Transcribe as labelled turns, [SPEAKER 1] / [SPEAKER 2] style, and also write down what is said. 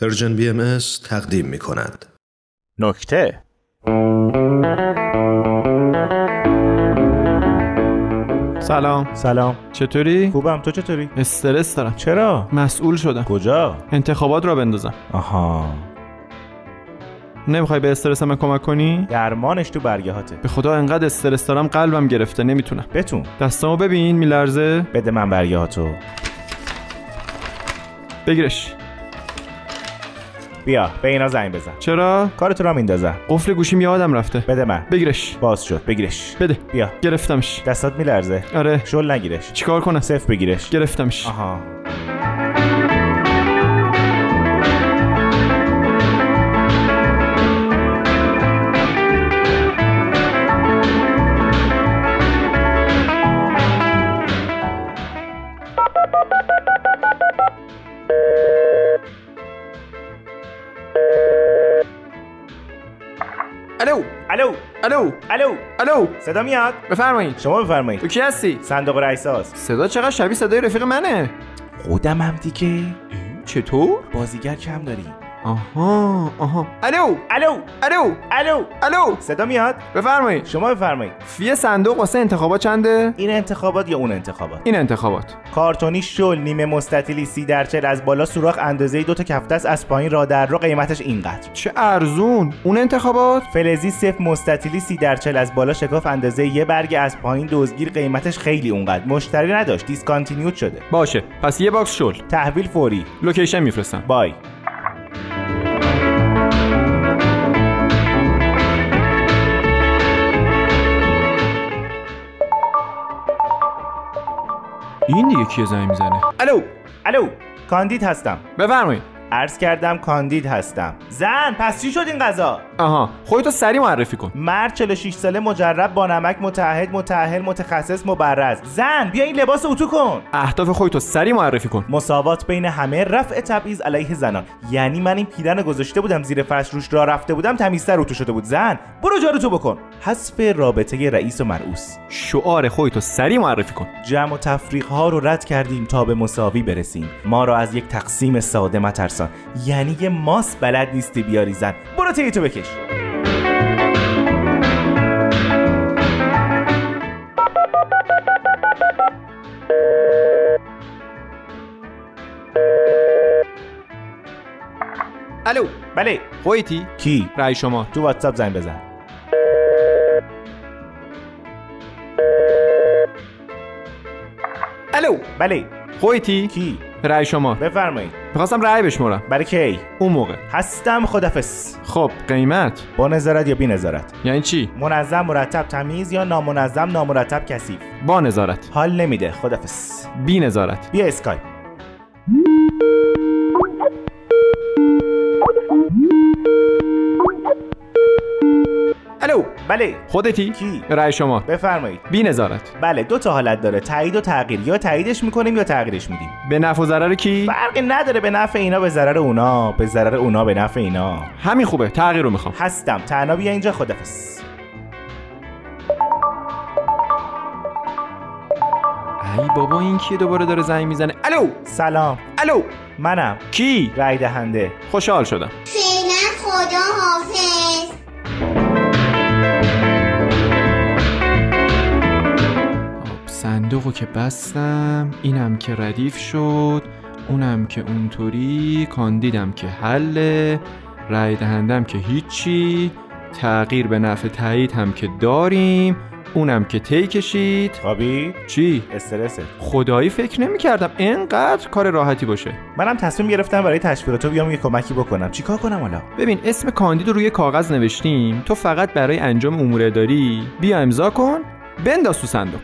[SPEAKER 1] پرژن بی ام از تقدیم می کند.
[SPEAKER 2] نکته
[SPEAKER 3] سلام
[SPEAKER 2] سلام
[SPEAKER 3] چطوری؟
[SPEAKER 2] خوبم تو چطوری؟
[SPEAKER 3] استرس دارم
[SPEAKER 2] چرا؟
[SPEAKER 3] مسئول شدم
[SPEAKER 2] کجا؟
[SPEAKER 3] انتخابات را بندازم
[SPEAKER 2] آها
[SPEAKER 3] نمیخوای به استرس من کمک کنی؟
[SPEAKER 2] درمانش تو برگه هاته
[SPEAKER 3] به خدا انقدر استرس دارم قلبم گرفته نمیتونم
[SPEAKER 2] بتون
[SPEAKER 3] دستامو ببین میلرزه
[SPEAKER 2] بده من برگه هاتو
[SPEAKER 3] بگیرش
[SPEAKER 2] بیا به اینا زنگ بزن
[SPEAKER 3] چرا؟
[SPEAKER 2] کارتو را میندازم
[SPEAKER 3] قفل گوشیم یادم رفته
[SPEAKER 2] بده من
[SPEAKER 3] بگیرش
[SPEAKER 2] باز شد بگیرش
[SPEAKER 3] بده
[SPEAKER 2] بیا
[SPEAKER 3] گرفتمش
[SPEAKER 2] دستات میلرزه
[SPEAKER 3] آره
[SPEAKER 2] شل نگیرش
[SPEAKER 3] چیکار کنم؟
[SPEAKER 2] صفر بگیرش
[SPEAKER 3] گرفتمش
[SPEAKER 2] آها
[SPEAKER 3] الو
[SPEAKER 2] الو
[SPEAKER 3] الو
[SPEAKER 2] الو
[SPEAKER 3] الو
[SPEAKER 2] صدا میاد
[SPEAKER 3] بفرمایید
[SPEAKER 2] شما بفرمایید
[SPEAKER 3] کی هستی؟
[SPEAKER 2] صندوق رئیس هاست
[SPEAKER 3] صدا چقدر شبیه صدای رفیق منه
[SPEAKER 2] خودم هم دیگه
[SPEAKER 3] چطور؟
[SPEAKER 2] بازیگر کم داری
[SPEAKER 3] آها آها الو
[SPEAKER 2] الو
[SPEAKER 3] الو
[SPEAKER 2] الو
[SPEAKER 3] الو
[SPEAKER 2] صدا میاد
[SPEAKER 3] بفرمایید
[SPEAKER 2] شما بفرمایید
[SPEAKER 3] فی صندوق واسه انتخابات چنده؟
[SPEAKER 2] این انتخابات یا اون انتخابات
[SPEAKER 3] این انتخابات
[SPEAKER 2] کارتونی شل نیمه مستطیلی سی در چل از بالا سوراخ اندازه دو تا کفته است از پایین را در رو قیمتش اینقدر
[SPEAKER 3] چه ارزون اون انتخابات
[SPEAKER 2] فلزی صفر مستطیلی سی در چل از بالا شکاف اندازه یه برگ از پایین دزدگیر قیمتش خیلی اونقدر مشتری نداشت دیسکانتینیوت شده
[SPEAKER 3] باشه پس یه باکس شل
[SPEAKER 2] تحویل فوری
[SPEAKER 3] لوکیشن میفرستم
[SPEAKER 2] بای
[SPEAKER 3] این دیگه کیه زنگ میزنه الو
[SPEAKER 2] الو کاندید هستم
[SPEAKER 3] بفرمایید
[SPEAKER 2] عرض کردم کاندید هستم زن پس چی شد این قضا
[SPEAKER 3] آها خودتو سریع معرفی کن
[SPEAKER 2] مرد 46 ساله مجرب با نمک متعهد متأهل متخصص مبرز زن بیا این لباس اتو کن
[SPEAKER 3] اهداف خودتو سریع معرفی کن
[SPEAKER 2] مساوات بین همه رفع تبعیض علیه زنان یعنی من این پیرن رو گذاشته بودم زیر فرش روش را رفته بودم تمیزتر رو تو شده بود زن برو جارو تو بکن حذف رابطه رئیس و مرعوس
[SPEAKER 3] شعار خودتو سریع معرفی کن
[SPEAKER 2] جمع و تفریق ها رو رد کردیم تا به مساوی برسیم ما را از یک تقسیم ساده مترسان یعنی یه ماس بلد نیستی بیاری زن برو تیتو بکش
[SPEAKER 3] الو
[SPEAKER 2] بله
[SPEAKER 3] خودتی
[SPEAKER 2] کی
[SPEAKER 3] رأی شما
[SPEAKER 2] تو واتساپ زنگ بزن
[SPEAKER 3] الو
[SPEAKER 2] بله
[SPEAKER 3] خودتی
[SPEAKER 2] کی
[SPEAKER 3] رأی شما
[SPEAKER 2] بفرمایید
[SPEAKER 3] میخواستم رأی بشمرم
[SPEAKER 2] برای کی
[SPEAKER 3] اون موقع
[SPEAKER 2] هستم خدافس
[SPEAKER 3] خب قیمت
[SPEAKER 2] با نظارت یا بی نظارت
[SPEAKER 3] یعنی چی
[SPEAKER 2] منظم مرتب تمیز یا نامنظم نامرتب کثیف
[SPEAKER 3] با نظارت
[SPEAKER 2] حال نمیده خدافس
[SPEAKER 3] بی نظارت
[SPEAKER 2] بیا اسکای
[SPEAKER 3] الو
[SPEAKER 2] بله
[SPEAKER 3] خودتی
[SPEAKER 2] کی؟
[SPEAKER 3] رأی شما
[SPEAKER 2] بفرمایید
[SPEAKER 3] بی نظارت
[SPEAKER 2] بله دو تا حالت داره تایید و تغییر یا تاییدش میکنیم یا تغییرش میدیم
[SPEAKER 3] به نفع و ضرر کی
[SPEAKER 2] فرقی نداره به نفع اینا به ضرر اونا به ضرر اونا به نفع اینا
[SPEAKER 3] همین خوبه تغییر رو میخوام
[SPEAKER 2] هستم تنها بیا اینجا خدافس
[SPEAKER 3] ای بابا این کیه دوباره داره زنگ میزنه الو
[SPEAKER 2] سلام
[SPEAKER 3] الو
[SPEAKER 2] منم
[SPEAKER 3] کی
[SPEAKER 2] رای دهنده
[SPEAKER 3] خوشحال شدم
[SPEAKER 4] فعلا خدا حافظ
[SPEAKER 3] آب خب، صندوقو که بستم اینم که ردیف شد اونم که اونطوری کاندیدم که حله رای دهندم که هیچی تغییر به نفع تایید هم که داریم اونم که تی کشید
[SPEAKER 2] خوابی
[SPEAKER 3] چی
[SPEAKER 2] استرسه
[SPEAKER 3] خدایی فکر نمیکردم انقدر کار راحتی باشه
[SPEAKER 2] منم تصمیم گرفتم برای تشویقاتو بیام یه کمکی بکنم چیکار کنم حالا
[SPEAKER 3] ببین اسم کاندید رو روی کاغذ نوشتیم تو فقط برای انجام امور اداری بیا امضا کن بنداز تو صندوق